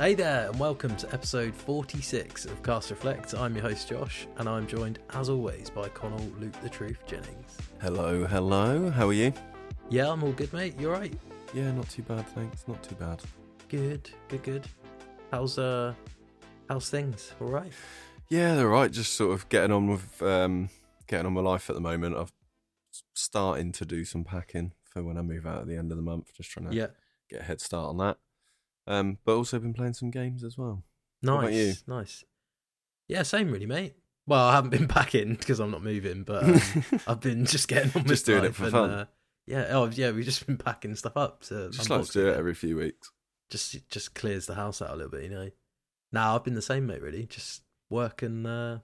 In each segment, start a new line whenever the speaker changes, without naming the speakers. Hey there, and welcome to episode 46 of Cast Reflects. I'm your host Josh, and I'm joined, as always, by Connell Luke the Truth Jennings.
Hello, hello. How are you?
Yeah, I'm all good, mate. You alright?
Yeah, not too bad, thanks. Not too bad.
Good, good, good. How's uh, how's things? All right.
Yeah, they're all right. Just sort of getting on with um, getting on with life at the moment. I've s- starting to do some packing for when I move out at the end of the month. Just trying to
Yeah,
get a head start on that. Um, but also been playing some games as well.
nice,
about you?
nice. Yeah, same really, mate. Well, I haven't been packing because I'm not moving, but um, I've been just getting on with
Just doing it
life
for
and,
fun.
Uh, yeah, oh yeah, we've just been packing stuff up. So
just like to do it every few weeks.
just it just clears the house out a little bit, you know. Now I've been the same, mate. Really, just work and uh,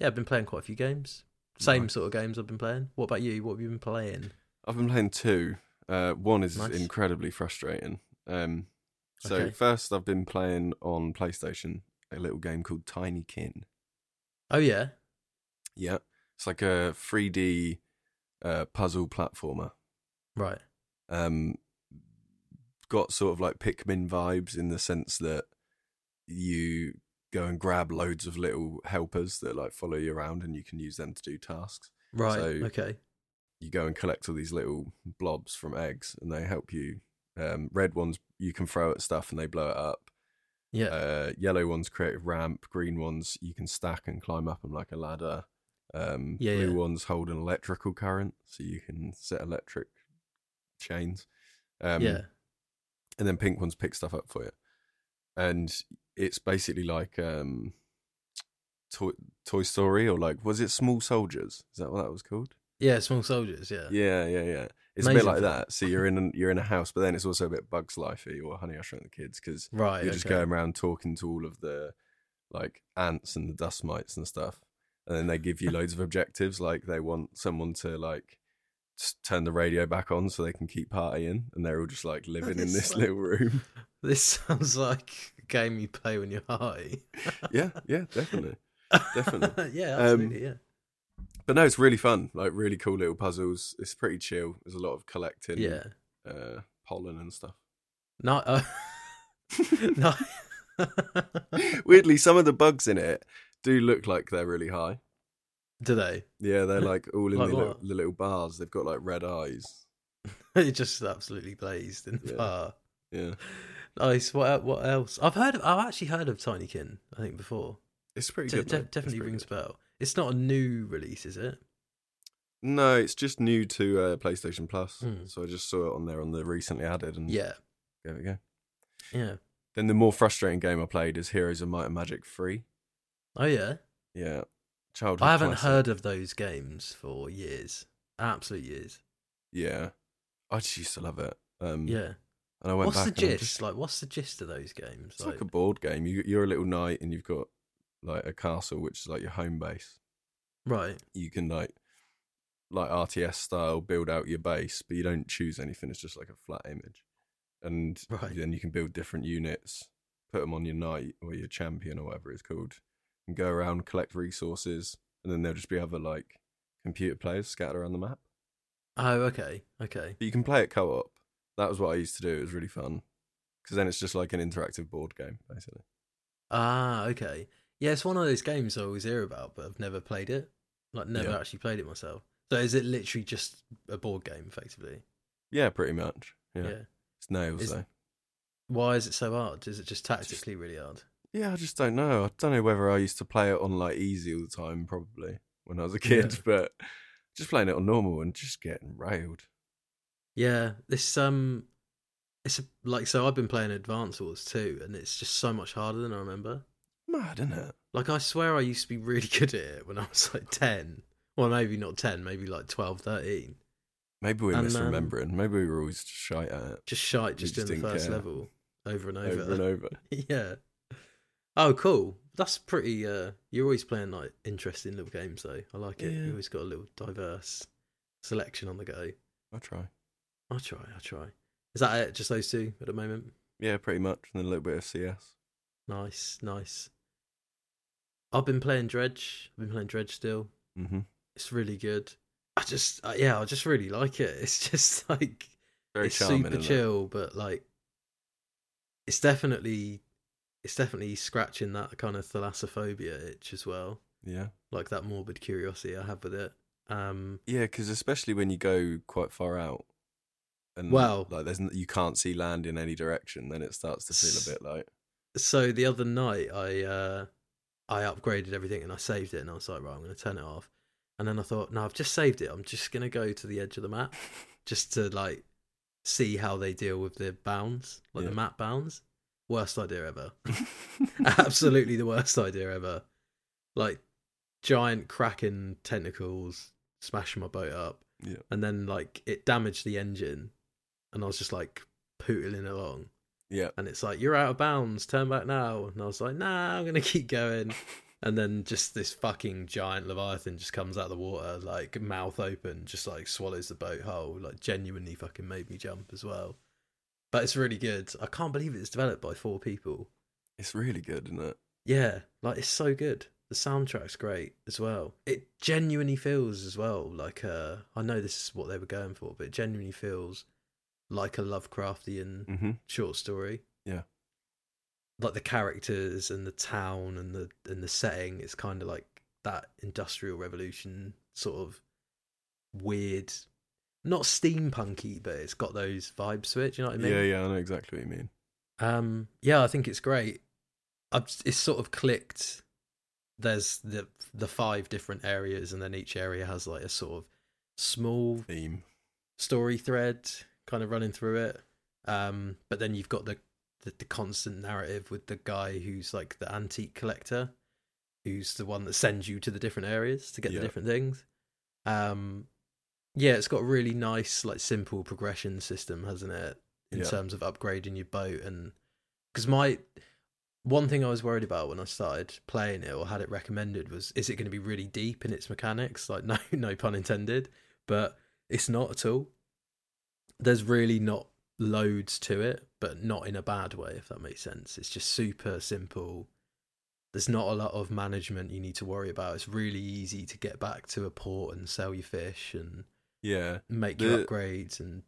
yeah, I've been playing quite a few games. Same
Nice.
sort of games I've been playing. What about you? What have you been playing?
I've been playing two. Uh, one is
Nice.
incredibly frustrating. Um, so
Okay.
first, I've been playing on PlayStation a little game called Tiny Kin.
Oh yeah,
Yeah. It's like a 3D uh, puzzle platformer.
right.
Um, got sort of like Pikmin vibes in the sense that you go and grab loads of little helpers that like follow you around and you can use them to do tasks.
Right.
So-
okay.
You go and collect all these little blobs from eggs and they help you. Um, red ones you can throw at stuff and they blow it up.
Yeah.
Uh, yellow ones create a ramp. Green ones you can stack and climb up them like a ladder. Um,
Yeah,
blue
yeah.
ones hold an electrical current, so you can set electric chains. Um,
yeah.
And then pink ones pick stuff up for you. And it's basically like um, Toy, Toy Story or like, was it Small Soldiers? Is that what that was called?
Yeah. Small soldiers. Yeah.
Yeah, yeah, yeah. It's a
Amazing
bit like
film.
that. So you're in an, you're in a house, but then it's also a bit Bugs Lifey or Honey I Shrunk the Kids because
Right.
you're just
okay.
going around talking to all of the like ants and the dust mites and stuff and then they give you loads of objectives like they want someone to like s- turn the radio back on so they can keep partying and they're all just like living in
It's
this
like-
little room
This sounds like a game you play when you're high.
yeah yeah definitely Definitely.
yeah.
Um,
Absolutely. yeah.
but no it's really fun like really cool little puzzles it's pretty chill there's a lot of collecting
Yeah.
uh pollen and stuff
No. Uh, no.
weirdly some of the bugs in it do look like they're really high
Do they?
yeah they're like all in
Like
the, little,
what?
the little bars they've got like red eyes
It just absolutely blazed in the
Yeah.
bar.
yeah
Nice. What el- what else? I've heard. Of, I've actually heard of Tinykin. I think before.
It's pretty
De-
good.
de-
mate. It's
definitely
pretty
rings a
good.
bell. It's not a new release, is it?
No, it's just new to uh, PlayStation Plus,
Hmm.
so I just saw it on there on the recently added, and
Yeah.
there we go.
Yeah.
Then the more frustrating game I played is Heroes of Might and Magic Three.
Oh yeah.
Yeah, childhood.
I haven't
classic.
heard of those games for years. Absolute years.
Yeah, I just used to love it. Um,
Yeah.
and I went
What's
back.
the
and I'm
gist?
just-
Like, what's the gist of those games?
it's like a board game. You, you're a little knight, and you've got like a castle, which is like your home base.
right.
You can like like RTS style build out your base, but you don't choose anything. It's just like a flat image, and
Right.
then you can build different units, put them on your knight or your champion or whatever it's called, and go around collect resources, and then there'll just be other like computer players scattered around the map.
Oh, okay. Okay.
But you can play it co-op. That was what I used to do. It was really fun because then it's just like an interactive board game, basically.
Ah, okay. Yeah, it's one of those games I always hear about, but I've never played it. Like, never
Yeah.
actually played it myself. So, is it literally just a board game, effectively?
Yeah, pretty much. Yeah,
yeah.
it's nails
Is-
though.
Why is it so hard? Is it just tactically really hard?
Yeah, I just don't know. I don't know whether I used to play it on like easy all the time, probably when I was a kid,
Yeah.
but just playing it on normal and just getting railed.
Yeah, this um, it's a, like so. I've been playing Advance Wars too, and it's just so much harder than I remember.
Mad, isn't it?
Like I swear, I used to be really good at it when I was like ten, well maybe not ten, maybe like 12, 13.
Maybe we're
And, um,
misremembering. Maybe we were always just shite at it
Just shite, just
just
doing the
didn't
first
care.
level over and over.
over, and over.
yeah. Oh, cool. That's pretty. Uh, you're always playing like interesting little games, though. I like it. You
Yeah.
always got a little diverse selection on the go.
I try.
I'll try. I'll try. Is that it? Just those two at the moment.
Yeah, pretty much. And then a little bit of CS.
Nice, nice. I've been playing Dredge. I've been playing Dredge still.
Mm-hmm.
It's really good. I just, uh, yeah, I just really like it. It's just like
Very
it's
charming.
super
isn't it?
chill, but like it's definitely it's definitely scratching that kind of thalassophobia itch as well,
Yeah.
like that morbid curiosity I have with it. Um,
Yeah, because especially when you go quite far out, and
Well-
like there's n- you can't see land in any direction, then it starts to feel a bit like
so the other night I uh I upgraded everything and I saved it and I was like, right, I'm gonna turn it off. And then I thought, no, I've just saved it. I'm just gonna go to the edge of the map just to like see how they deal with the bounds, like
Yeah.
the map bounds. Worst idea ever. Absolutely the worst idea ever. Like giant cracking tentacles smashing my boat up.
Yeah.
And then like it damaged the engine and I was just like pootling along
yeah,
and it's like you're out of bounds turn back now and i was like nah i'm gonna keep going and then just this fucking giant leviathan just comes out of the water like mouth open just like swallows the boat whole like genuinely fucking made me jump as well but it's really good i can't believe it's developed by four people
it's really good, isn't it?
yeah like it's so good the soundtrack's great as well it genuinely feels as well like uh i know this is what they were going for but it genuinely feels like a lovecraftian
Mm-hmm.
short story.
Yeah.
Like the characters and the town and the and the setting is kind of like that industrial revolution sort of weird, not steampunky, but it's got those vibes to it. Do you know what I mean?
Yeah, yeah, I know exactly what you mean.
Um, yeah, I think it's great. I've, it's sort of clicked. There's the the five different areas, and then each area has like a sort of small
Theme.
story thread kind of running through it um but then you've got the the, the constant narrative with the guy who's like the antique collector who's the one that sends you to the different areas to get
Yeah.
the different things um yeah it's got a really nice like simple progression system hasn't it in
Yeah.
terms of upgrading your boat and because my one thing I was worried about when I started playing it or had it recommended was is it going to be really deep in its mechanics? Like no no pun intended, but it's not at all. There's really not loads to it, but not in a bad way if that makes sense. It's just super simple. There's not a lot of management you need to worry about. It's really easy to get back to a port and sell your fish and
Yeah,
make your
The-
upgrades and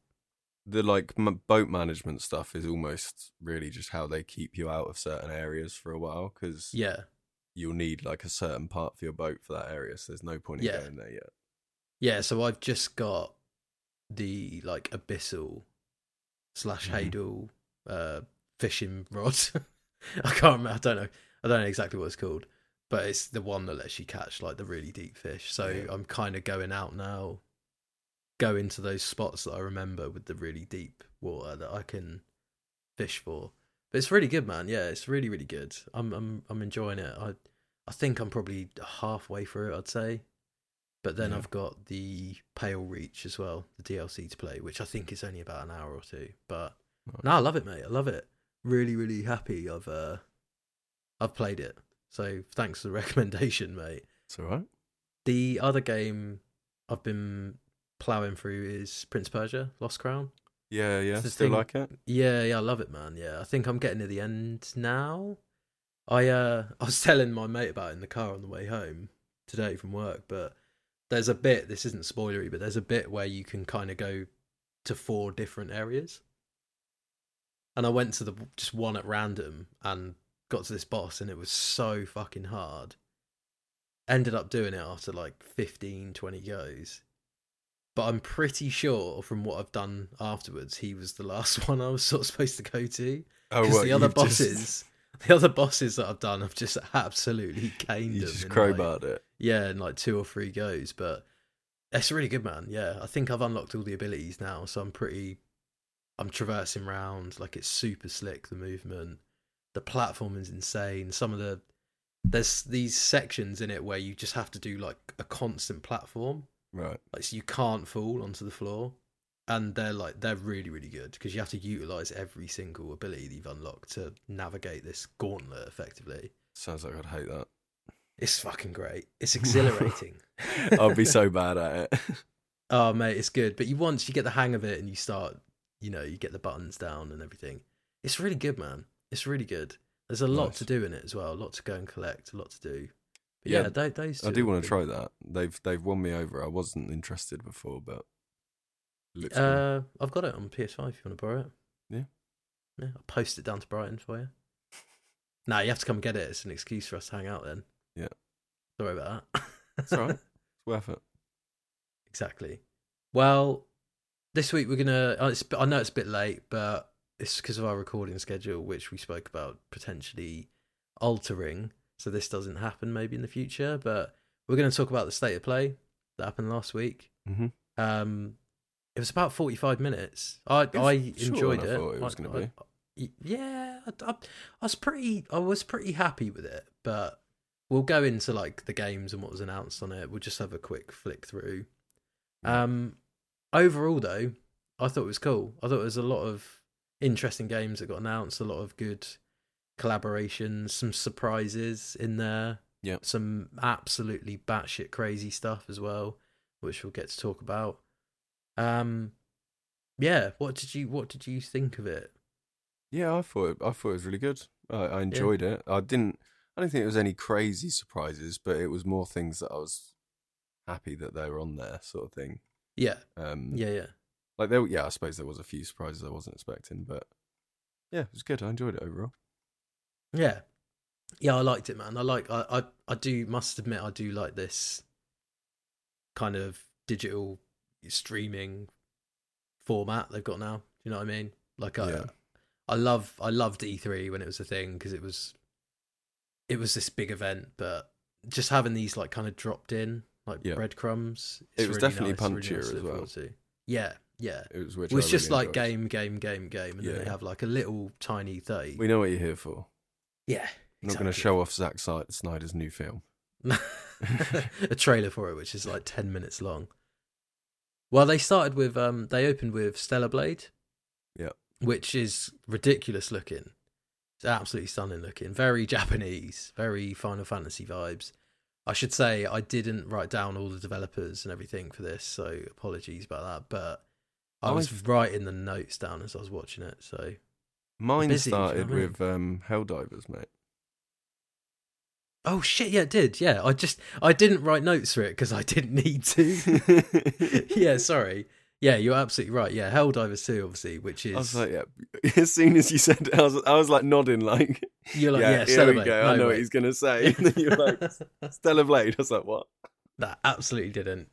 the like m- boat management stuff is almost really just how they keep you out of certain areas for a while because
yeah.
you'll need like a certain part for your boat for that area. So there's no point in
Yeah.
going there yet.
Yeah, so I've just got the like abyssal slash
Mhm.
hadal uh, fishing rod. I can't remember. I don't know. I don't know exactly what it's called, but it's the one that lets you catch like the really deep fish. So
Yeah.
I'm kind of going out now, go into those spots that I remember with the really deep water that I can fish for. But it's really good, man. Yeah, it's really really good. I'm I'm I'm enjoying it. I I think I'm probably halfway through it. I'd say. But then
Yeah.
I've got the Pale Reach as well, the DLC to play, which I think is only about an hour or two. But
Nice.
no, I love it, mate. I love it. Really, really happy. I've uh, I've played it. So thanks for the recommendation, mate.
It's all right.
The other game I've been plowing through is Prince Persia: Lost Crown.
Yeah, yeah.
It's the
Still
thing-
like it?
Yeah, yeah, I love it, man. Yeah, I think I'm getting to the end now. I uh, I was telling my mate about it in the car on the way home today from work, but there's a bit. This isn't spoilery, but there's a bit where you can kind of go to four different areas, and I went to the just one at random and got to this boss, and it was so fucking hard. Ended up doing it after like 15, 20 goes but I'm pretty sure from what I've done afterwards, he was the last one I was sort of supposed to go to
Oh,
because
what,
the other
you've just-
bosses, the other bosses that I've done, I've just absolutely caned
you
them.
just
in, like,
crowbarred it.
yeah, in like two or three goes, but it's really good, man. Yeah, I think I've unlocked all the abilities now, so I'm pretty. I'm traversing round like it's super slick. The movement, the platform is insane. Some of the there's these sections in it where you just have to do like a constant platform
Right.
like so you can't fall onto the floor and they're like they're really really good because you have to utilize every single ability that you've unlocked to navigate this gauntlet effectively
Sounds like I'd hate that.
it's fucking great it's exhilarating
I'd be so bad at it.
oh mate it's good but you once you get the hang of it and you start you know you get the buttons down and everything it's really good man it's really good there's a lot
Nice.
to do in it as well a lot to go and collect a lot to do but
Yeah,
yeah, tho- those two
I do
are
want
good.
to try that. They've they've won me over. I wasn't interested before, but it looks cool.
Uh, I've got it on PS5 if you want to borrow it.
Yeah.
Yeah, I'll post it down to Brighton for you. No, you have to come get it. It's an excuse for us to hang out then.
Yeah.
Sorry about that.
It's all right. It's worth it.
Exactly. Well, this week we're gonna. oh, It's, I know it's a bit late, but it's because of our recording schedule, which we spoke about potentially altering, so this doesn't happen maybe in the future. But we're going to talk about the state of play that happened last week.
Mhm.
Um, it was about forty-five minutes. I
was
I
shorter than
enjoyed
I
it.
thought it was gonna
I- I- yeah, I, I, I was pretty. I was pretty happy with it, but we'll go into like the games and what was announced on it. We'll just have a quick flick through.
Yeah.
Um, overall though, I thought it was cool. I thought there was a lot of interesting games that got announced, a lot of good collaborations, some surprises in there.
Yep.
Some absolutely batshit crazy stuff as well, which we'll get to talk about. Um yeah, what did you what did you think of it?
Yeah, I thought I thought it was really good. I, I enjoyed it. I didn't. I don't think it was any crazy surprises, but it was more things that I was happy that they were on there, sort of thing.
Yeah.
Um,
Yeah, yeah.
Like there, yeah. I suppose there was a few surprises I wasn't expecting, but yeah, it was good. I enjoyed it overall.
Yeah. Yeah, I liked it, man. I like I I, I do must admit I do like this kind of digital streaming format they've got now. Do you know what I mean? Like I
Yeah.
I love I loved E3 when it was a thing because it was it was this big event, but just having these like kind of dropped in like
Yeah.
breadcrumbs.
It
it's
was definitely punchier
to
as
look
well.
forward to. Yeah, yeah.
It was which
It was
I
just
really
like
enjoyed.
game, game, game, game, and
Yeah.
then they have like a little tiny thirty.
We know what you're here for.
yeah,
I'm not going to
exactly.
show off Zack Si- Snyder's new film.
a trailer for it, which is like ten minutes long. Well, they started with um, they opened with Stellar Blade,
Yeah.
which is ridiculous looking. It's absolutely stunning looking, very Japanese, very Final Fantasy vibes. I should say I didn't write down all the developers and everything for this, so apologies about that. But I was
I've-
writing the notes down as I was watching it, so
Mine
Busy, do you know
started
what I mean?
with um, Helldivers, mate.
Oh shit! Yeah, it did. Yeah, I just I didn't write notes for it because I didn't need to. yeah, sorry. Yeah, you're absolutely right. Yeah, Helldivers two, obviously, which is
I was like, yeah. As soon as you said, it, I was, I was like nodding, like,
you're like
yeah,
yeah,
here we
celebrate.
go. I
No,
know what
wait.
he's gonna say. and then you're like, Stellar Blade. I was like, what?
that absolutely didn't.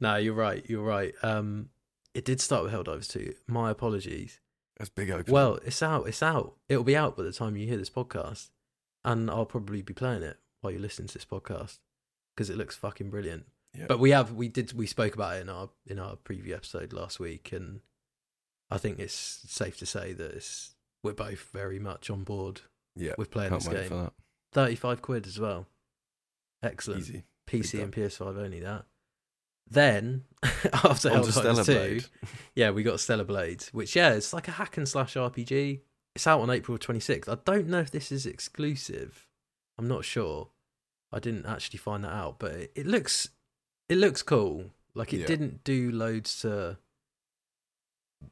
No, you're right. You're right. Um, it did start with Helldivers two. My apologies.
That's big open.
Well, it's out. It's out. It'll be out by the time you hear this podcast, and I'll probably be playing it while you listen to this podcast because it looks fucking brilliant.
Yeah.
But we have we did we spoke about it in our in our preview episode last week, and I think it's safe to say that it's, we're both very much on board
yeah,
with playing
can't
this
wait
game.
for
Thirty five quid as well.
that.
Excellent.
Easy.
PC and
time.
PS5 only that. Then after
On to Stellar
Helldivers 2,
Blade.
yeah, we got Stellar Blade, which yeah, it's like a hack and slash RPG. It's out on April 26th. I don't know if this is exclusive. I'm not sure. I didn't actually find that out, but it, it looks it looks cool. Like it
Yeah.
didn't do loads to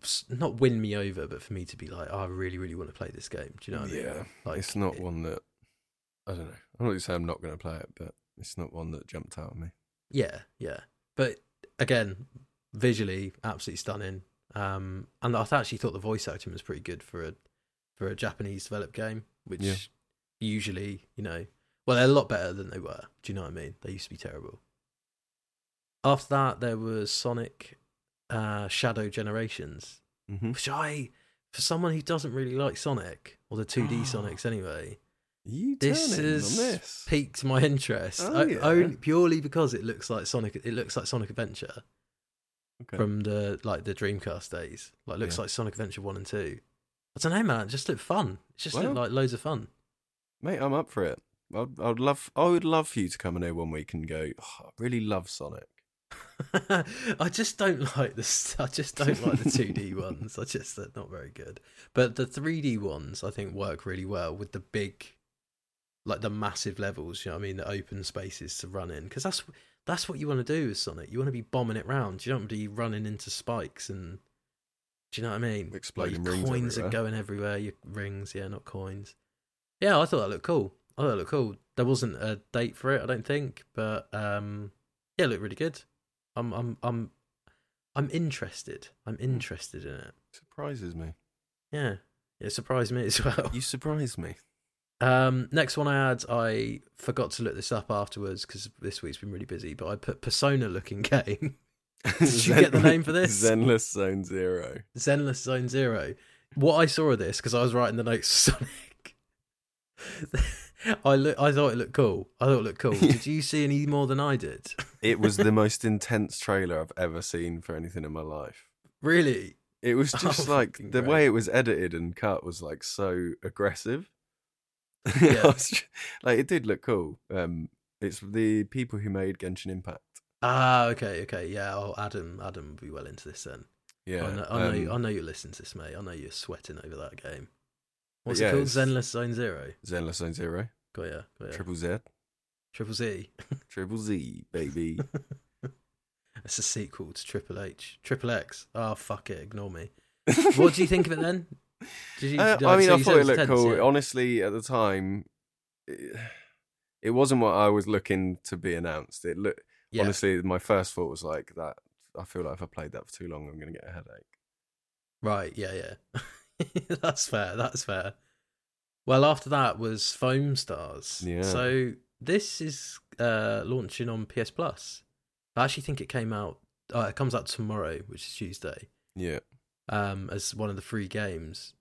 s- not win me over, but for me to be like, oh, I really, really want to play this game. Do you know? What I mean?
yeah,
Like,
it's not
it-
one that I don't know. I'm not gonna say I'm not gonna play it, but it's not one that jumped out at me.
Yeah, yeah. But again, visually, absolutely stunning. Um, and I actually thought the voice acting was pretty good for a for a Japanese developed game, which
Yeah.
usually, you know, well, they're a lot better than they were. Do you know what I mean? They used to be terrible. After that, there was Sonic uh, Shadow Generations,
Mm-hmm.
which I, for someone who doesn't really like Sonic or the 2D Sonics anyway,
You
This
turning
is
on this.
piqued my interest
Oh,
o-
yeah.
only purely because it looks like Sonic. It looks like Sonic Adventure
Okay.
from the like the Dreamcast days. Like looks
Yeah.
like Sonic Adventure one and two. I don't know, man. It just looked fun. It just looked
Well-
like loads of fun.
Mate, I'm up for it. I'd, I'd love. I would love for you to come in here one week and go. "Oh, I really love Sonic.
I just don't like this. I just don't like the two D ones. I just they're not very good. But the three D ones, I think, work really well with the big, like the massive levels. You know what I mean? The open spaces to run in because that's that's what you want to do with Sonic. You want to be bombing it round. You don't want to be running into spikes and. Do you know what I mean?
Exploding
your
rings
coins are
everywhere.
going everywhere. Your rings, yeah, not coins. Yeah, I thought that looked cool. I thought it looked cool. There wasn't a date for it, I don't think, but um, yeah, it looked really good. I'm, I'm, I'm, I'm interested. I'm
Hmm.
interested in it.
Surprises me.
Yeah, it surprised me as well.
You surprise me.
Um, next one I had, I forgot to look this up afterwards because this week's been really busy. But I put Persona looking game, Did you get the name for this?
Zenless Zone Zero.
Zenless Zone Zero. What I saw of this because I was writing the notes for Sonic. I look, I thought it looked cool. I thought it looked cool. did you see any more than I did?
It was the most intense trailer I've ever seen for anything in my life.
Really?
It was
Oh,
just like
fucking
the
great.
way it was edited and cut was like so aggressive.
Yeah.
I was ju- like it did look cool. Um, it's the people who made Genshin Impact.
Ah, okay, okay, yeah. Oh, Adam, Adam will be well into this then.
Yeah,
I know, I know, you, I
um,
know you listen to this, mate. I know you're sweating over that game. What's
yeah,
it called?
it's-
Zenless Zone Zero.
Zenless Zone Zero,
Got ya, got ya.
Triple Z,
Triple Z.
Triple Z, baby.
It's a sequel to Triple H, Triple X. Oh fuck it, ignore me. What do you think of it then? Did you,
Uh,
did-
I mean,
so
I
you said
thought it
was
looked
tense,
cool.
yeah?
Honestly, at the time, it, it wasn't what I was looking to be announced. It looked
Yeah.
honestly, my first thought was like that. I feel like if I played that for too long, I'm gonna get a headache.
Right, yeah, yeah. that's fair, that's fair. Well, after that was Foam Stars.
Yeah.
So this is uh launching on PS Plus. I actually think it came out uh, it comes out tomorrow, which is Tuesday,
Yeah,
um, as one of the free games.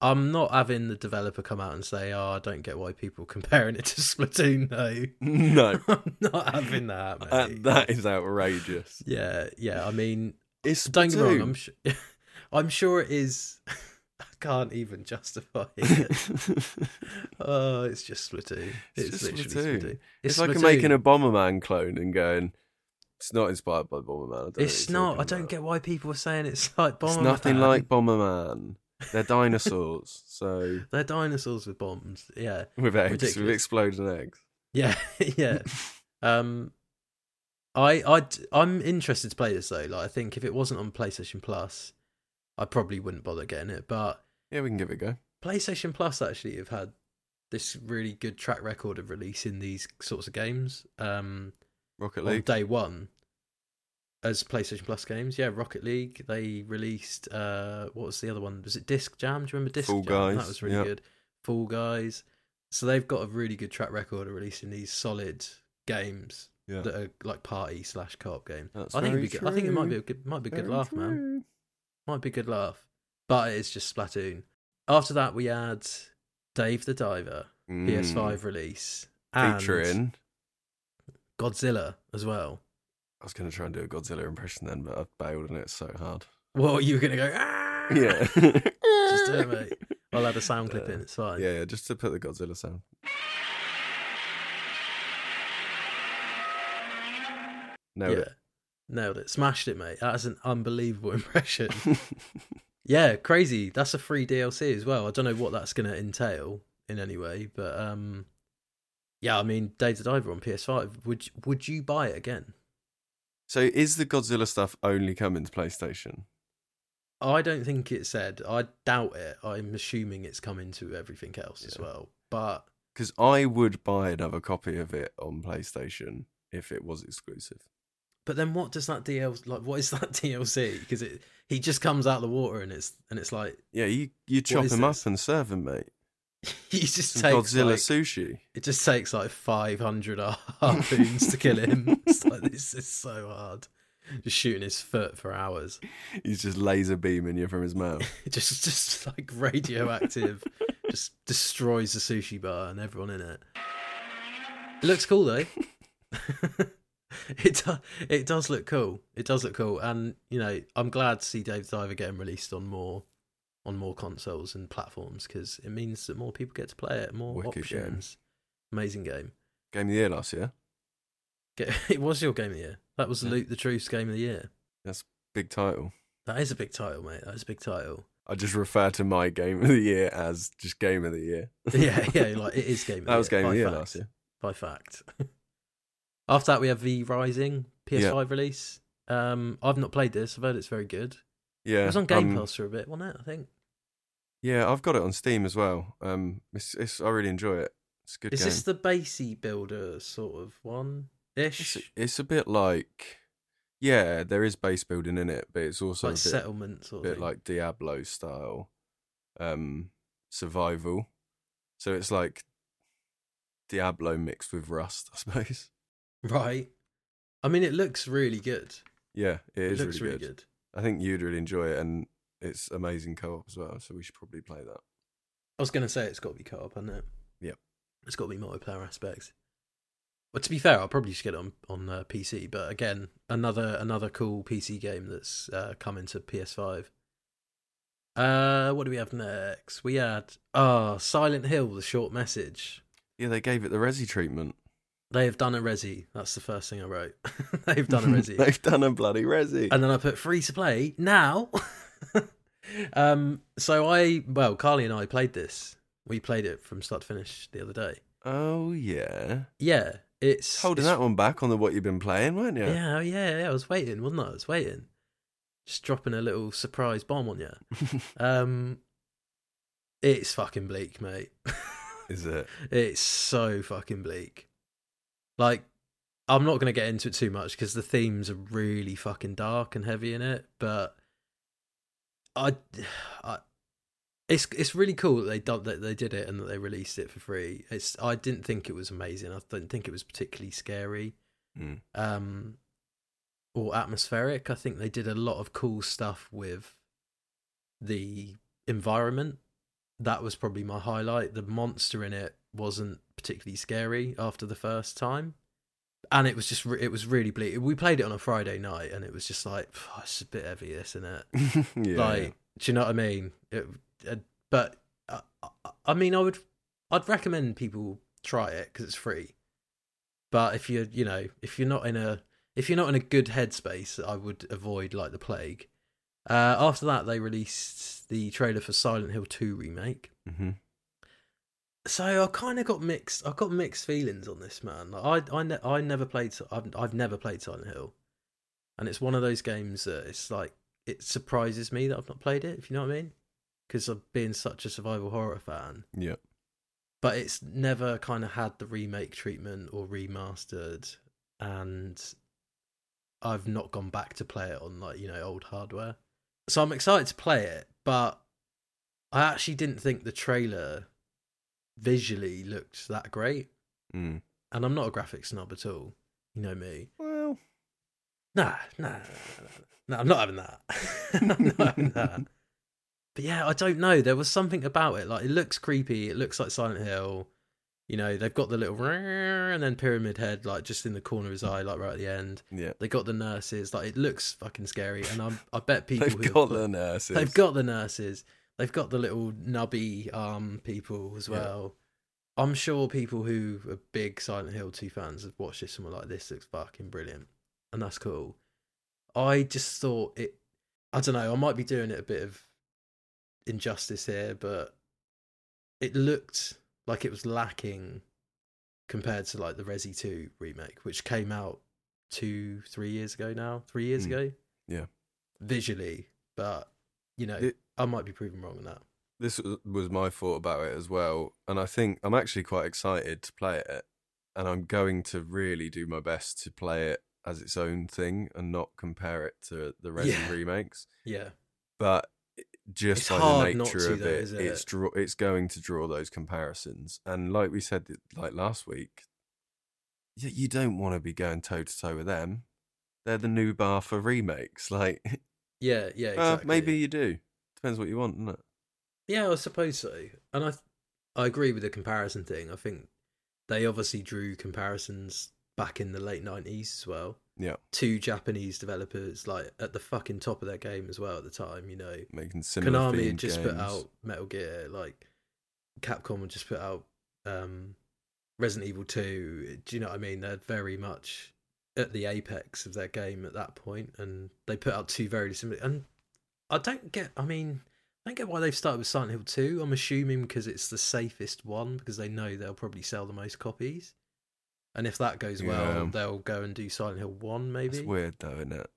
I'm not having the developer come out and say, Oh, I don't get why people comparing it to Splatoon though.
no,
I'm not having that, mate.
Uh, that is outrageous.
Yeah, yeah. I mean,
It's
don't get me wrong.
Splatoon.
I'm sure. I'm sure it is. I can't even justify it. oh, it's just Splatoon.
It's
It's,
just
literally
Splatoon.
Splatoon.
it's like making a Bomberman clone and going. It's not inspired by Bomberman. I don't know
It's
what you're
not. I
talking
don't
about."
get why people are saying it's like bomb.
It's nothing like Bomberman. They're dinosaurs, so
They're dinosaurs with bombs. Yeah,
with eggs, with
Ridiculous.
exploding eggs.
yeah, yeah. Um, I, I, I'm interested to play this though. Like, I think if it wasn't on PlayStation Plus, I probably wouldn't bother getting it. But
Yeah, we can give it a go.
PlayStation Plus actually have had this really good track record of releasing these sorts of games um,
Rocket
on
League.
day one as PlayStation Plus games. Yeah, Rocket League. They released uh, what was the other one? Was it Disc Jam? Do you remember Disc
Fall
Jam?
Guys,
That was really
yeah.
good. Fall Guys. So they've got a really good track record of releasing these solid games
Yeah.
that are like party slash co-op games.
That's
I think it'd
very
be good. I think it might be a
true.
good might be a good
Very
laugh, man.
true.
Might be a good laugh, but it's just Splatoon. After that, we had Dave the Diver PS5 release
Mm.
and
Hmm. Featuring.
Godzilla as well.
I was going to try and do a Godzilla impression then, but I bailed on it so hard.
Well, you were gonna go. "Ah!"
Yeah. Uh,
do it, mate. I'll add a sound clip in. It's fine.
Yeah, yeah, just to put the Godzilla sound. Nailed
Yeah. Nailed it. Smashed it, mate. That is an unbelievable impression. yeah, crazy. That's a free DLC as well. I don't know what that's going to entail in any way, but um, yeah. I mean, Dave the Diver on PS5. Would you- would you buy it again?
So is the Godzilla stuff only coming to PlayStation?
I don't think it said. I doubt it. I'm assuming it's coming to everything else as
Yeah.
well. But
Because I would buy another copy of it on PlayStation if it was exclusive.
but then what does that DLC like? What is that DLC? Because it he just comes out of the water and it's and it's like
Yeah, you, you chop
is
him up
this?
and serve him, mate.
he just
Some
takes
Godzilla
like,
sushi.
it just takes like 500 harpoons to kill him. It's like this is so hard. Just shooting his foot for hours.
He's just laser beaming you from his mouth.
just just like radioactive just destroys the sushi bar and everyone in it it looks cool though it do, it does look cool it does look cool and you know i'm glad to see dave the diver getting released on more on more consoles and platforms because it means that more people get to play it more
Wicked game.
options amazing game
Game of the year last year.
Get, it was your game of the year that was
Yeah.
loot the truth's game of the year
Big title.
that is a big title mate that is a big title
I just refer to my game of the year as just game of the year.
yeah yeah like it is game of the
That was
year,
game of
by
the year
fact.
last year.
by fact. After that, we have V Rising PS5 release. Um, I've not played this. I've heard it's very good.
Yeah.
it was on Game
um,
Pass for a bit, wasn't it? I think.
Yeah, I've got it on Steam as well. Um, it's, it's I really enjoy it. It's a good
Is
game.
this the Basie builder sort of one ish?
It's, it's a bit like, yeah, there is base building in it, but it's also
Like
a bit,
settlement sort of
bit
thing.
like Diablo style, um, survival. So it's like Diablo mixed with Rust, I suppose.
Right. I mean, it looks really good.
Yeah, it
It,
is
looks
really,
really
good.
good.
I think you'd really enjoy it, and it's amazing co-op as well. So we should probably play that.
I was going to say it's got to be co op, hasn't it?
Yep.
It's got to be multiplayer aspects. Well, to be fair, I'll probably just get it on on uh, PC. But again, another another cool PC game that's uh, coming to PS5. Uh, what do we have next? We had ah Silent Hill: The Short Message.
Yeah, they gave it the Resi treatment.
They have done a resi. That's the first thing I wrote. They've done a resi.
They've done a bloody Resi.
and then I put free to play now. um, so I, well, Carly and I played this. We played it from start to finish the other day.
oh yeah,
Yeah, it's
holding
it's-
that one back on the what you've been playing, weren't you?
Yeah, oh, yeah, yeah. I was waiting, wasn't I? I was waiting, just dropping a little surprise bomb on you. Um, it's fucking bleak, mate.
is it?
It's so fucking bleak. Like, I'm not going to get into it too much because the themes are really fucking dark and heavy in it. But I, I, it's it's really cool that they done that they did it and that they released it for free. It's I didn't think it was amazing. I didn't think it was particularly scary,
Mm.
um, or atmospheric. I think they did a lot of cool stuff with the environment that was probably my highlight. The monster in it wasn't particularly scary after the first time, and it was just re- it was really bleak. We played it on a Friday night, and it was just like "Phew, it's a bit heavy, this isn't it?
yeah.
Like, do you know what I mean? It, uh, but uh, I- I mean, I would I'd recommend people try it because it's free. But if you're you know if you're not in a if you're not in a good headspace, I would avoid like the plague. Uh, after that, they released the trailer for Silent Hill 2 remake
hmm
so I kind of got mixed. I got mixed feelings on this man. Like, I I ne- I never played. Si- I've I've never played Silent Hill, and it's one of those games that it's like it surprises me that I've not played it. If you know what I mean, because I've been such a survival horror fan,
yeah.
but it's never kind of had the remake treatment or remastered, and I've not gone back to play it on like you know old hardware. So I'm excited to play it, but I actually didn't think the trailer visually looked that great.
Mm.
And I'm not a graphic snob at all. You know me.
Well,
Nah, nah, nah, nah, nah. I'm not having that. I'm not having that. But yeah, I don't know. There was something about it. Like it looks creepy. It looks like Silent Hill. You know, they've got the little and then Pyramid Head like just in the corner of his eye, like right at the end.
yeah.
They got the nurses. Like it looks fucking scary. And I'm, I bet people who
They've
have
got
pl-
the nurses.
They've got the nurses. They've got the little nubby arm people as
Yeah.
well. I'm sure people who are big Silent Hill 2 fans have watched this and were like, this looks fucking brilliant. And that's cool. I just thought it, I don't know, I might be doing it a bit of injustice here, but it looked like it was lacking compared to like the Resi 2 remake, which came out two, three years ago now, three years
Mm.
ago.
Yeah.
Visually, but you know,
It-
I might be proven wrong on that.
this was- was my thought about it as well and i think i'm actually quite excited to play it and i'm going to really do my best to play it as its own thing and not compare it to the Resi
Yeah.
remakes
Yeah.
but it- just
It's
by
hard
the
not
nature
to,
of
though,
it,
is it?
it's draw it's going to draw those comparisons and like we said th- like last week you, you don't want to be going toe to toe with them they're the new bar for remakes like
Yeah, yeah,
uh,
exactly.
maybe you do depends what you want doesn't it
Yeah, I suppose so. And I, th- I agree with the comparison thing. I think they obviously drew comparisons back in the late nineties as well.
Yeah.
Two Japanese developers, like at the fucking top of their game as well at the time. You know,
making similar
Konami had
themed
just put
games.
out Metal Gear, like Capcom had just put out um, Resident Evil Two. Do you know what I mean? They're very much at the apex of their game at that point, and they put out two very similar. And I don't get. I mean, I don't get why they've started with Silent Hill Two. I'm assuming because it's the safest one because they know they'll probably sell the most copies. And if that goes well,
Yeah.
they'll go and do Silent Hill One. Maybe
It's weird though, isn't it?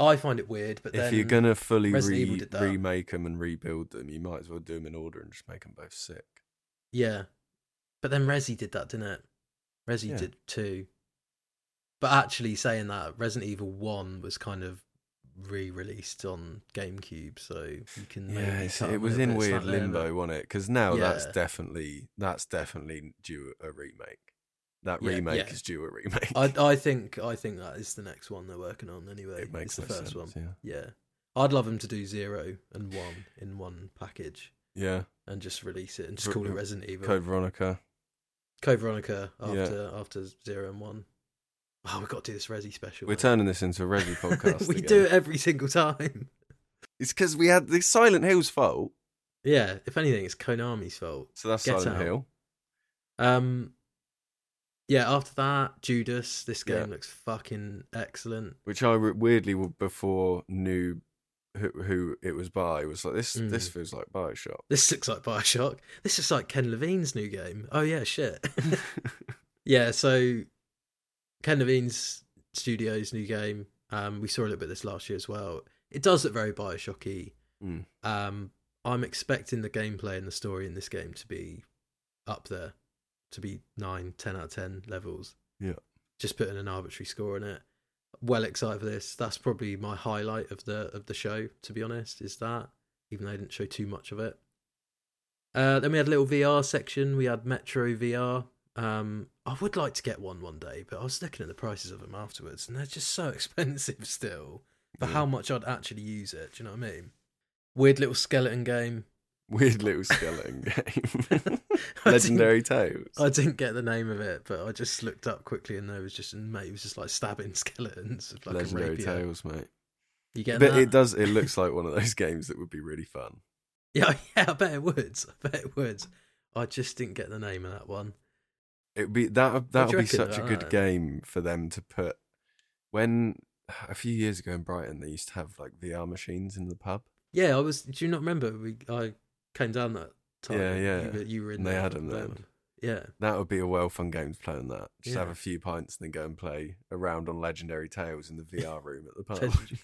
I find it weird, but
if
then
you're gonna fully
Resident Evil
re-
did that.
remake them and rebuild them, you might as well do them in order and just make them both sick.
Yeah. But then Resi did that, didn't it? Resi
Yeah.
did too. But actually, saying that, Resident Evil 1 was kind of re-released on GameCube, so you can. maybe
Yeah, it's-
cut a
it was
little
in
bit of
weird
slack there,
limbo, wasn't it? Because now that's
Yeah.
definitely that's definitely due a remake. That
Yeah,
remake
yeah.
is due a remake.
but I I think I think that is the next one they're working on anyway.
it makes
it's the
no
first
sense,
one. Yeah, I'd love them to do zero and one in one package
Yeah, yeah.
and just release it and just
Ver-
call it Resident Evil.
uh, Code Veronica.
Code Veronica
Yeah.
after after zero and one. Oh, we've got to do this Resi special.
We're
man.
turning this into a Resi podcast.
we
again.
do it every single time.
It's because we had the Silent Hill's fault.
Yeah, if anything, it's Konami's fault.
So that's
Get
Silent
out.
Hill.
Um, yeah. After that, Judas. This game
Yeah.
looks fucking excellent.
which I re- weirdly w- before knew who, who it was by was like this.
Mm.
This feels like Bioshock.
This looks like Bioshock. This is like Ken Levine's new game. Oh yeah, shit. yeah. So Ken Levine's studio's new game. Um, we saw a little bit of this last year as well. It does look very Bioshocky.
Mm.
Um, I'm expecting the gameplay and the story in this game to be up there, to be nine, ten out of ten levels.
Yeah.
Just putting an arbitrary score on it. Well excited for this. That's probably my highlight of the of the show, to be honest, is that. Even though they didn't show too much of it. Uh, then we had a little VR section. We had Metro VR. Um, I would like to get one one day, but I was looking at the prices of them afterwards, and they're just so expensive still. For
Yeah.
how much I'd actually use it, do you know what I mean? Weird little skeleton game.
Weird little skeleton game.
I
Legendary Tales.
Didn't, I didn't get the name of it, but I just looked up quickly, and there was just mate, it was just like stabbing skeletons with like a
Legendary
rapier.
Tales, mate.
You
But
get
it does. It looks like one of those games that would be really fun.
Yeah, yeah, I bet it would. I bet it would. I just didn't get the name of that one.
It'd be that.
do
That
you
would be
reckon uh,
such a
about
good
that?
game for them to put when. A few years ago in Brighton, they used to have like VR machines in the pub,
Yeah, I was. Do you not remember? We I came down that time.
Yeah, yeah.
You, were- you were in.
and they
there
had
with
them then.
Yeah,
That would be a well fun game to play on that. Just have
Yeah.
a few pints and then go and play around on Legendary Tales in the VR room at the pub.
Legendary-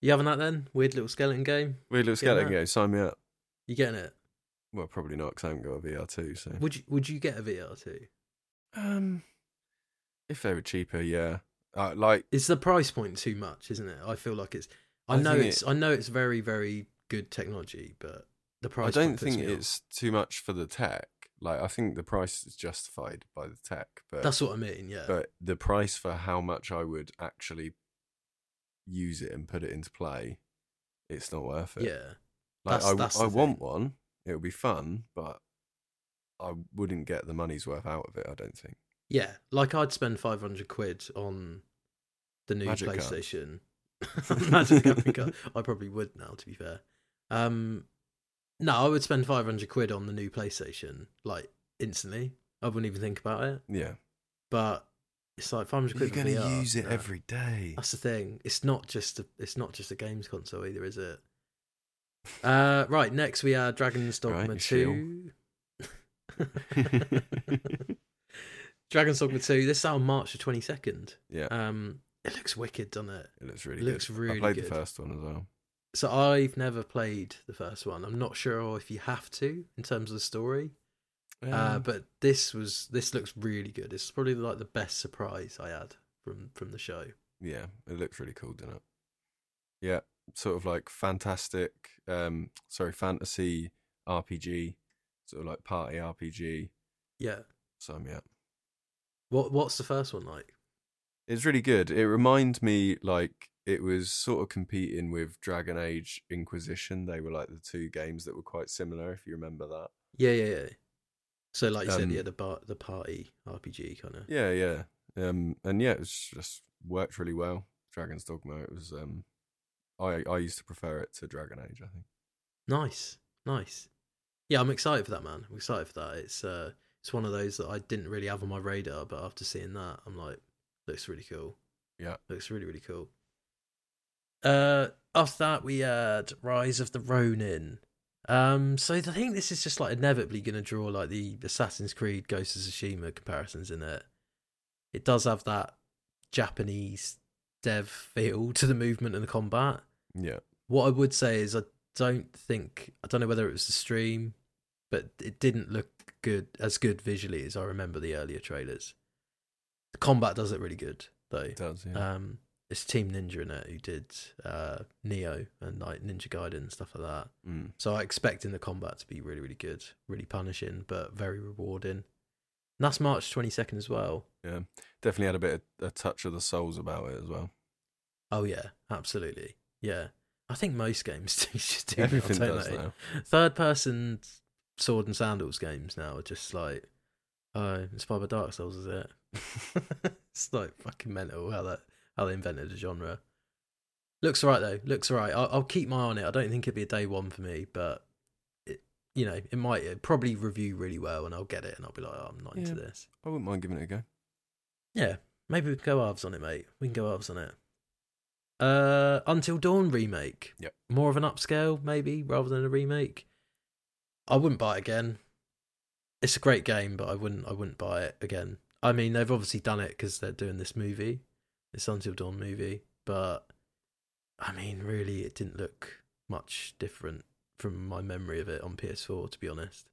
you having that then? Weird little skeleton game.
Weird little
Getting
skeleton
that.
game. Sign me up.
You getting it?
Well, probably not because I haven't got a VR too. So,
Would you Would you get a VR two?
um, if they were cheaper, yeah. Uh, like,
It's the price point too much, isn't it? I feel like it's. I,
I
know
think
it's. I know it's very very good technology, but the
I
price.
don't
point puts
think
me off.
it's too much for the tech. Like, I think the price is justified by the tech, but
That's what I mean. Yeah.
but the price for how much I would actually use it and put it into play, it's not worth it.
yeah.
Like
That's-
I, w-
that's
I
the
want
thing.
one. It would be fun, but I wouldn't get the money's worth out of it. I don't think.
Yeah, like I'd spend five hundred quid on the new
Magic card.
PlayStation. Magic Gathering card. I probably would now, to be fair. Um, no, I would spend five hundred quid on the new PlayStation, like instantly. I wouldn't even think about it.
Yeah,
But it's like five hundred
you're
quid. for
gonna
VR,
use it
nah.
every day.
That's the thing. It's not just a. It's not just a games console either, is it? Uh, right. Next, we are Dragon's Dogma
Right,
Two. Dragon's Dogma Two. This is out on March the twenty second.
yeah,
Um, it looks wicked, doesn't it?
it looks really.
looks
good.
really
I played
good.
the first one as well.
So I've never played the first one. I'm not sure if you have to in terms of the story. Uh,
Um,
but this was this looks really good. It's probably like the best surprise I had from from the show.
yeah, it looks really cool, didn't it? Yeah, sort of like fantastic. Um, sorry, fantasy RPG, sort of like party RPG.
Yeah.
So um, yeah,
What what's the first one like?
It's really good. It reminds me like it was sort of competing with Dragon Age Inquisition. They were like the two games that were quite similar, if you remember that.
Yeah, yeah, yeah. So like you said,
Um,
yeah, the bar, the party RPG kind of.
Yeah, yeah. Um and yeah, it's just worked really well. Dragon's Dogma. It was um I I used to prefer it to Dragon Age, I think.
Nice, nice. Yeah, I'm excited for that, man. I'm excited for that. It's uh, it's one of those that I didn't really have on my radar, but after seeing that, I'm like, looks really cool.
Yeah.
looks really really cool. Uh, after that we had Rise of the Ronin. Um, so I think this is just like inevitably going to draw like the Assassin's Creed Ghost of Tsushima comparisons in it. It does have that Japanese dev feel to the movement and the combat
Yeah.
what I would say is I don't think I don't know whether it was the stream, but it didn't look good as good visually as I remember the earlier trailers. The combat does look really good though.
It does, yeah.
Um, it's Team Ninja in it who did uh, Neo and like Ninja Gaiden and stuff like that.
Mm.
So I expect in the combat to be really, really good, really punishing, but very rewarding. And that's March twenty second as well.
Definitely had a bit of a touch of the souls about it as well.
Oh yeah, absolutely. Yeah, I think most games do should do that,
Everything
don't
does
they?
now.
Third person sword and sandals games now are just like, oh, inspired by Dark Souls, is it? it's like fucking mental how that how they invented the genre. Looks alright though. Looks alright. I'll, I'll keep my eye on it. I don't think it'd be a day one for me, but it, you know, it might it probably review really well, and I'll get it, and I'll be like, oh, I'm not into
Yeah.
this.
I wouldn't mind giving it a go.
Yeah, maybe we can go halves on it, mate. We can go halves on it. Uh, Until Dawn remake.
Yep.
More of an upscale, maybe, rather than a remake. I wouldn't buy it again. It's a great game, but I wouldn't. I wouldn't buy it again. I mean, they've obviously done it because they're doing this movie, this Until Dawn movie. But I mean, really, it didn't look much different from my memory of it on PS4. To be honest,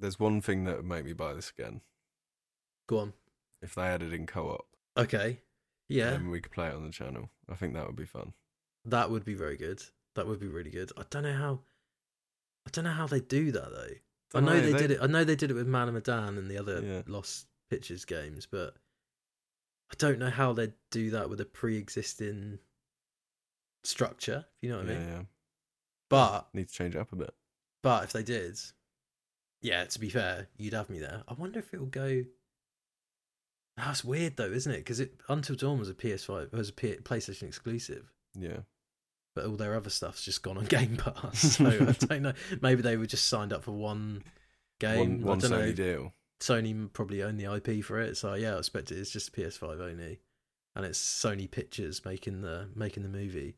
There's one thing that would make me buy this again
go on.
if they had it in co-op.
Okay, yeah.
and we could play it on the channel. I think that would be fun.
That would be very good. That would be really good. I don't know how. I don't know how they do that though. I know they, did it. I know they did it with Man and Madan and the other
Yeah.
Lost Pictures games, but I don't know how they do that with a pre-existing structure. If you know what I
yeah,
mean.
yeah.
But
Need to change it up a bit.
but if they did, yeah. To be fair, you'd have me there. I wonder if it will go. That's weird though, isn't it? Because it Until Dawn was a PS5 was a P- PlayStation exclusive.
Yeah.
but all their other stuff's just gone on Game Pass. So I don't know. Maybe they were just signed up for one game.
One, one
I don't
Sony
know.
deal.
Sony probably owned the IP for it, so yeah, I expect it is just PS5 only, and it's Sony Pictures making the making the movie.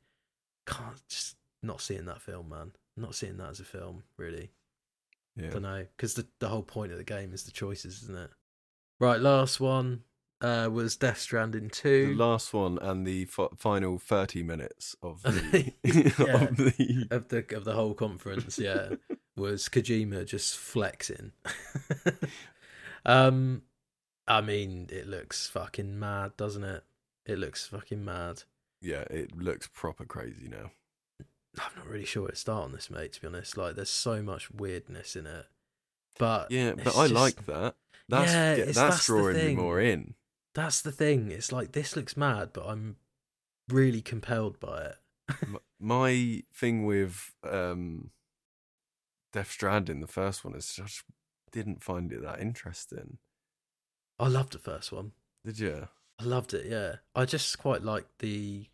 Can't just not seeing that film, man. Not seeing that as a film, really.
Yeah.
Don't know because the the whole point of the game is the choices, isn't it? Right, last one uh, was Death Stranding
The
two.
last one and the fi- final 30 minutes of
Yeah.
the, of the
of the of the whole conference, yeah, was Kojima just flexing. um, I mean, it looks fucking mad, doesn't it? It looks fucking mad.
yeah, it looks proper crazy now.
I'm not really sure where to start on this, mate. To be honest, like, there's so much weirdness in it. But
Yeah, but
it's
I
just-
like that. That's
Yeah,
ge-
it's-
that's,
that's the
drawing me
thing.
more in.
that's the thing. It's like this looks mad, but I'm really compelled by it.
M- My thing with um Death Stranding, the first one, is just didn't find it that interesting.
I loved the first one.
Did you?
I loved it, yeah. I just quite like the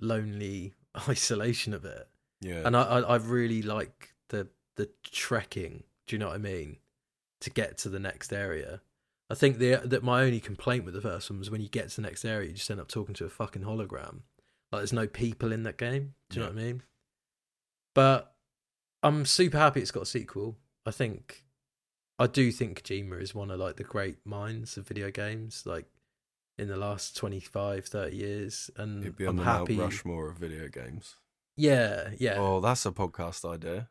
lonely isolation of it.
Yeah.
And I, I, I really like the the trekking, do you know what I mean? To get to the next area. I think the that my only complaint with the first one was when you get to the next area you just end up talking to a fucking hologram. Like there's no people in that game. Do you know
Yeah.
what I mean? But I'm super happy it's got a sequel. I think I do think Kojima is one of like the great minds of video games, like in the last 25, 30 years. And
It'd be
I'm
on the
happy.
Mount Rushmore of video games.
Yeah, yeah.
Oh, that's a podcast idea.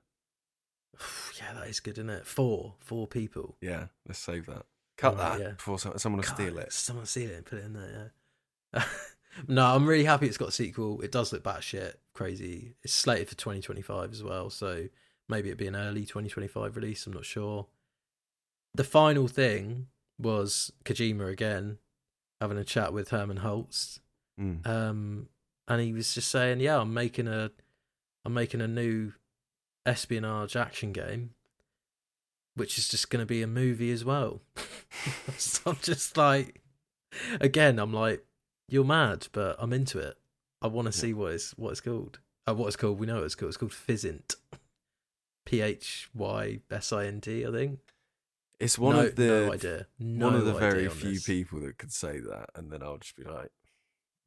yeah, that is good, isn't it? Four, four people.
Yeah, let's save that. Cut
Alright,
that
yeah.
before some, someone will steal
God,
it.
Someone steal it and put it in there. Yeah. no, I'm really happy it's got a sequel. It does look batshit crazy. It's slated for 2025 as well, so maybe it'd be an early 2025 release. I'm not sure. The final thing was Kojima again having a chat with Herman Holtz
Mm.
um, and he was just saying, "Yeah, I'm making a, I'm making a new espionage action game, which is just going to be a movie as well." so I'm just like, again, I'm like, "You're mad," but I'm into it. I want to
Yeah.
see what it's what it's called. Uh, what it's called? We know what it's called. It's called Physint. P H Y S I N D, I think.
It's one
no,
of the
no idea. No
one of the
idea
very
on
few
this.
people that could say that, and then I'll just be like,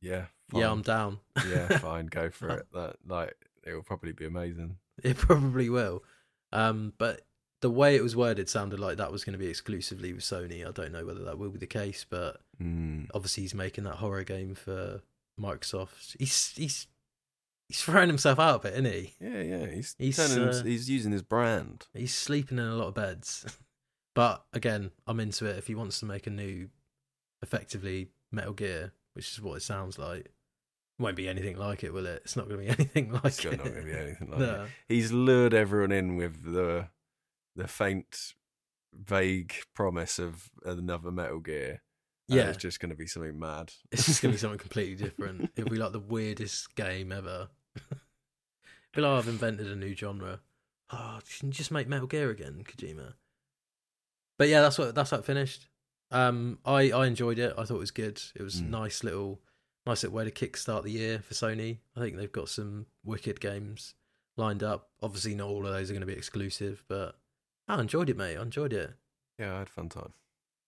yeah, fine.
Yeah, I'm down.
yeah, fine, go for it. That like it will probably be amazing.
It probably will. Um, but the way it was worded sounded like that was going to be exclusively with Sony. I don't know whether that will be the case, but
Mm.
obviously he's making that horror game for Microsoft. He's he's he's throwing himself out of it, isn't he?
Yeah, yeah, he's
He's,
turning,
uh,
he's using his brand.
He's sleeping in a lot of beds. But again, I'm into it. If he wants to make a new, effectively Metal Gear, which is what it sounds like, won't be anything like it, will it? It's not going to be anything like
It's still
it.
not going to be anything like
no.
it. He's lured everyone in with the the faint, vague promise of another Metal Gear. and
Yeah,
it's just going to be something mad.
it's just going to be something completely different. It'll be like the weirdest game ever. be like, I've invented a new genre. Oh, can you just make Metal Gear again, Kojima? But yeah, that's what that's how it finished. Um, I I enjoyed it. I thought it was good. It was
Mm.
nice little nice little way to kickstart the year for Sony. I think they've got some wicked games lined up. Obviously, not all of those are going to be exclusive, but I enjoyed it, mate. I enjoyed it.
yeah, I had a fun time.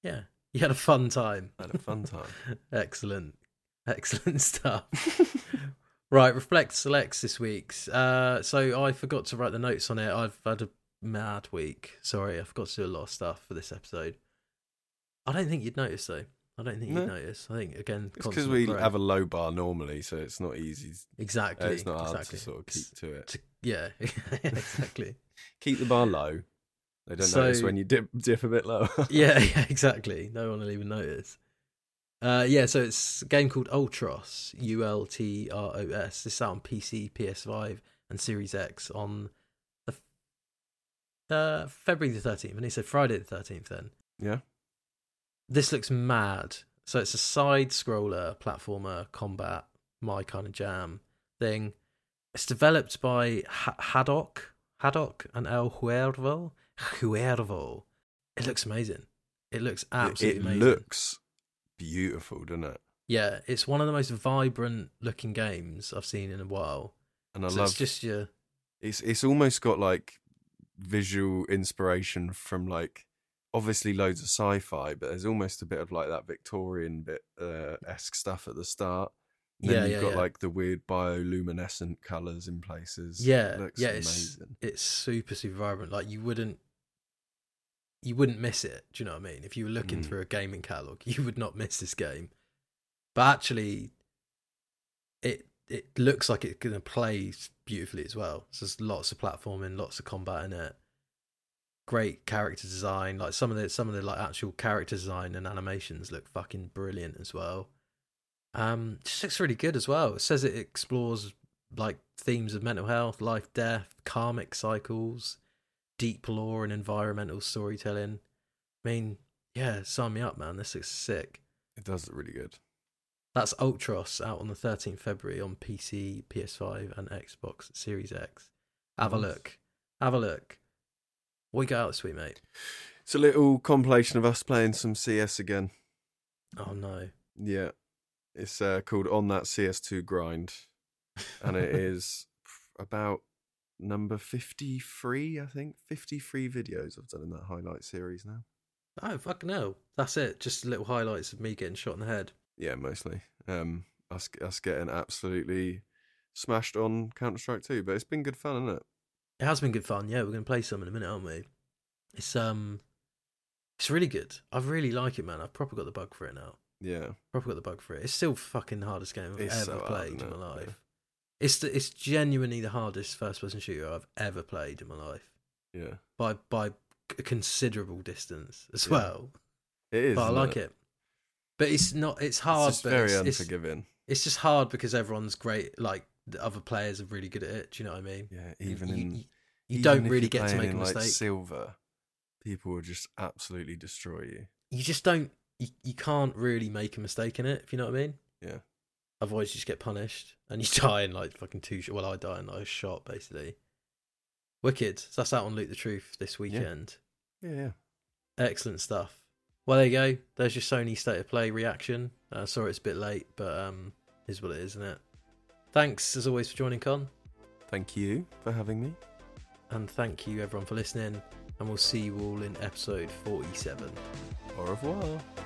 Yeah, you had a fun time.
I had a fun time.
Excellent. Excellent stuff. right, Reflect Selects this week's. Uh, so I forgot to write the notes on it. I've had a mad week. Sorry, I forgot to do a lot of stuff for this episode. I don't think you'd notice, though. I don't think
No.
you'd notice. I think, again,
It's because we have a low bar normally, so it's not easy. uh,
Exactly.
it's not hard
exactly.
to sort of
It's-
keep to it.
to- yeah, exactly.
Keep the bar low. They don't
So-
notice when you dip dip a bit lower.
yeah, yeah, exactly. No one will even notice. Uh, yeah, so it's a game called Ultros, U L T R O S. This out on PC, PS5, and Series X on the f- uh, February the 13th. And he said Friday the 13th then.
yeah.
This looks mad. So it's a side scroller, platformer, combat, my kind of jam thing. It's developed by ha- Haddock, Haddock and El Huervo. Huervo. It looks amazing. It looks absolutely
it
amazing.
looks beautiful, doesn't it?
yeah, it's one of the most vibrant looking games I've seen in a while.
And I
so
love
it's just your
it's it's almost got like visual inspiration from like obviously loads of sci-fi, but there's almost a bit of like that Victorian bit uh, esque stuff at the start. And then
Yeah,
you've
yeah,
got
yeah.
like the weird bioluminescent colours in places.
Yeah,
it looks
yeah, it's-
amazing.
it's super super vibrant. Like you wouldn't you wouldn't miss it. Do you know what I mean? If you were looking
Mm.
through a gaming catalog, you would not miss this game. But actually, it it looks like it's gonna play beautifully as well. So there's lots of platforming, lots of combat in it. Great character design. Like some of the some of the like actual character design and animations look fucking brilliant as well. Um, just looks really good as well. It says it explores like themes of mental health, life, death, karmic cycles, deep lore, and environmental storytelling. I mean, yeah, sign me up, man. This looks sick.
It does look really good.
That's Ultros out on the 13th February on PC, PS5, and Xbox Series X. Have a
Nice.
look. Have a look. What you got out this week, mate?
It's a little compilation of us playing some CS again.
Oh no.
Yeah. It's uh, called On That CS2 Grind. And it is about number 53, I think. 53 videos I've done in that highlight series now.
Oh fucking hell. That's it. Just little highlights of me getting shot in the head.
Yeah, mostly. Um, us, us getting absolutely smashed on Counter Strike 2, but it's been good fun, isn't it?
It has been good fun. Yeah, we're gonna play some in a minute, aren't we? It's um, it's really good. I really like it, man. I've proper got the bug for it now.
Yeah.
Proper got the bug for it. It's still fucking the hardest game I've
It's
ever
so hard,
played in
isn't
my
it?
life. It's the, it's genuinely the hardest first person shooter I've ever played in my life
Yeah.
by by a considerable distance as
Yeah.
well.
It is.
But I
isn't
like
it.
it. But it's not. It's hard.
It's just
but
very
it's, it's,
unforgiving.
it's just hard because everyone's great. Like the other players are really good at it. Do you know what I mean?
Yeah,
You-
even
you,
in.
you,
even
don't
if
really
you're
get to
playing
make a
in,
mistake.
Like silver, people will just absolutely destroy you.
you just don't you, you can't really make a mistake in it if you know what i mean
Yeah.
otherwise you just get punished and you die in like fucking two sh- well i die in like a shot basically wicked so that's out on loot the truth this weekend
Yeah, yeah.
excellent stuff well there you go there's your sony state of play reaction uh, sorry it's a bit late but um is what it is isn't it thanks as always for joining con
Thank you for having me.
and thank you everyone for listening and we'll see you all in episode 47
Au revoir.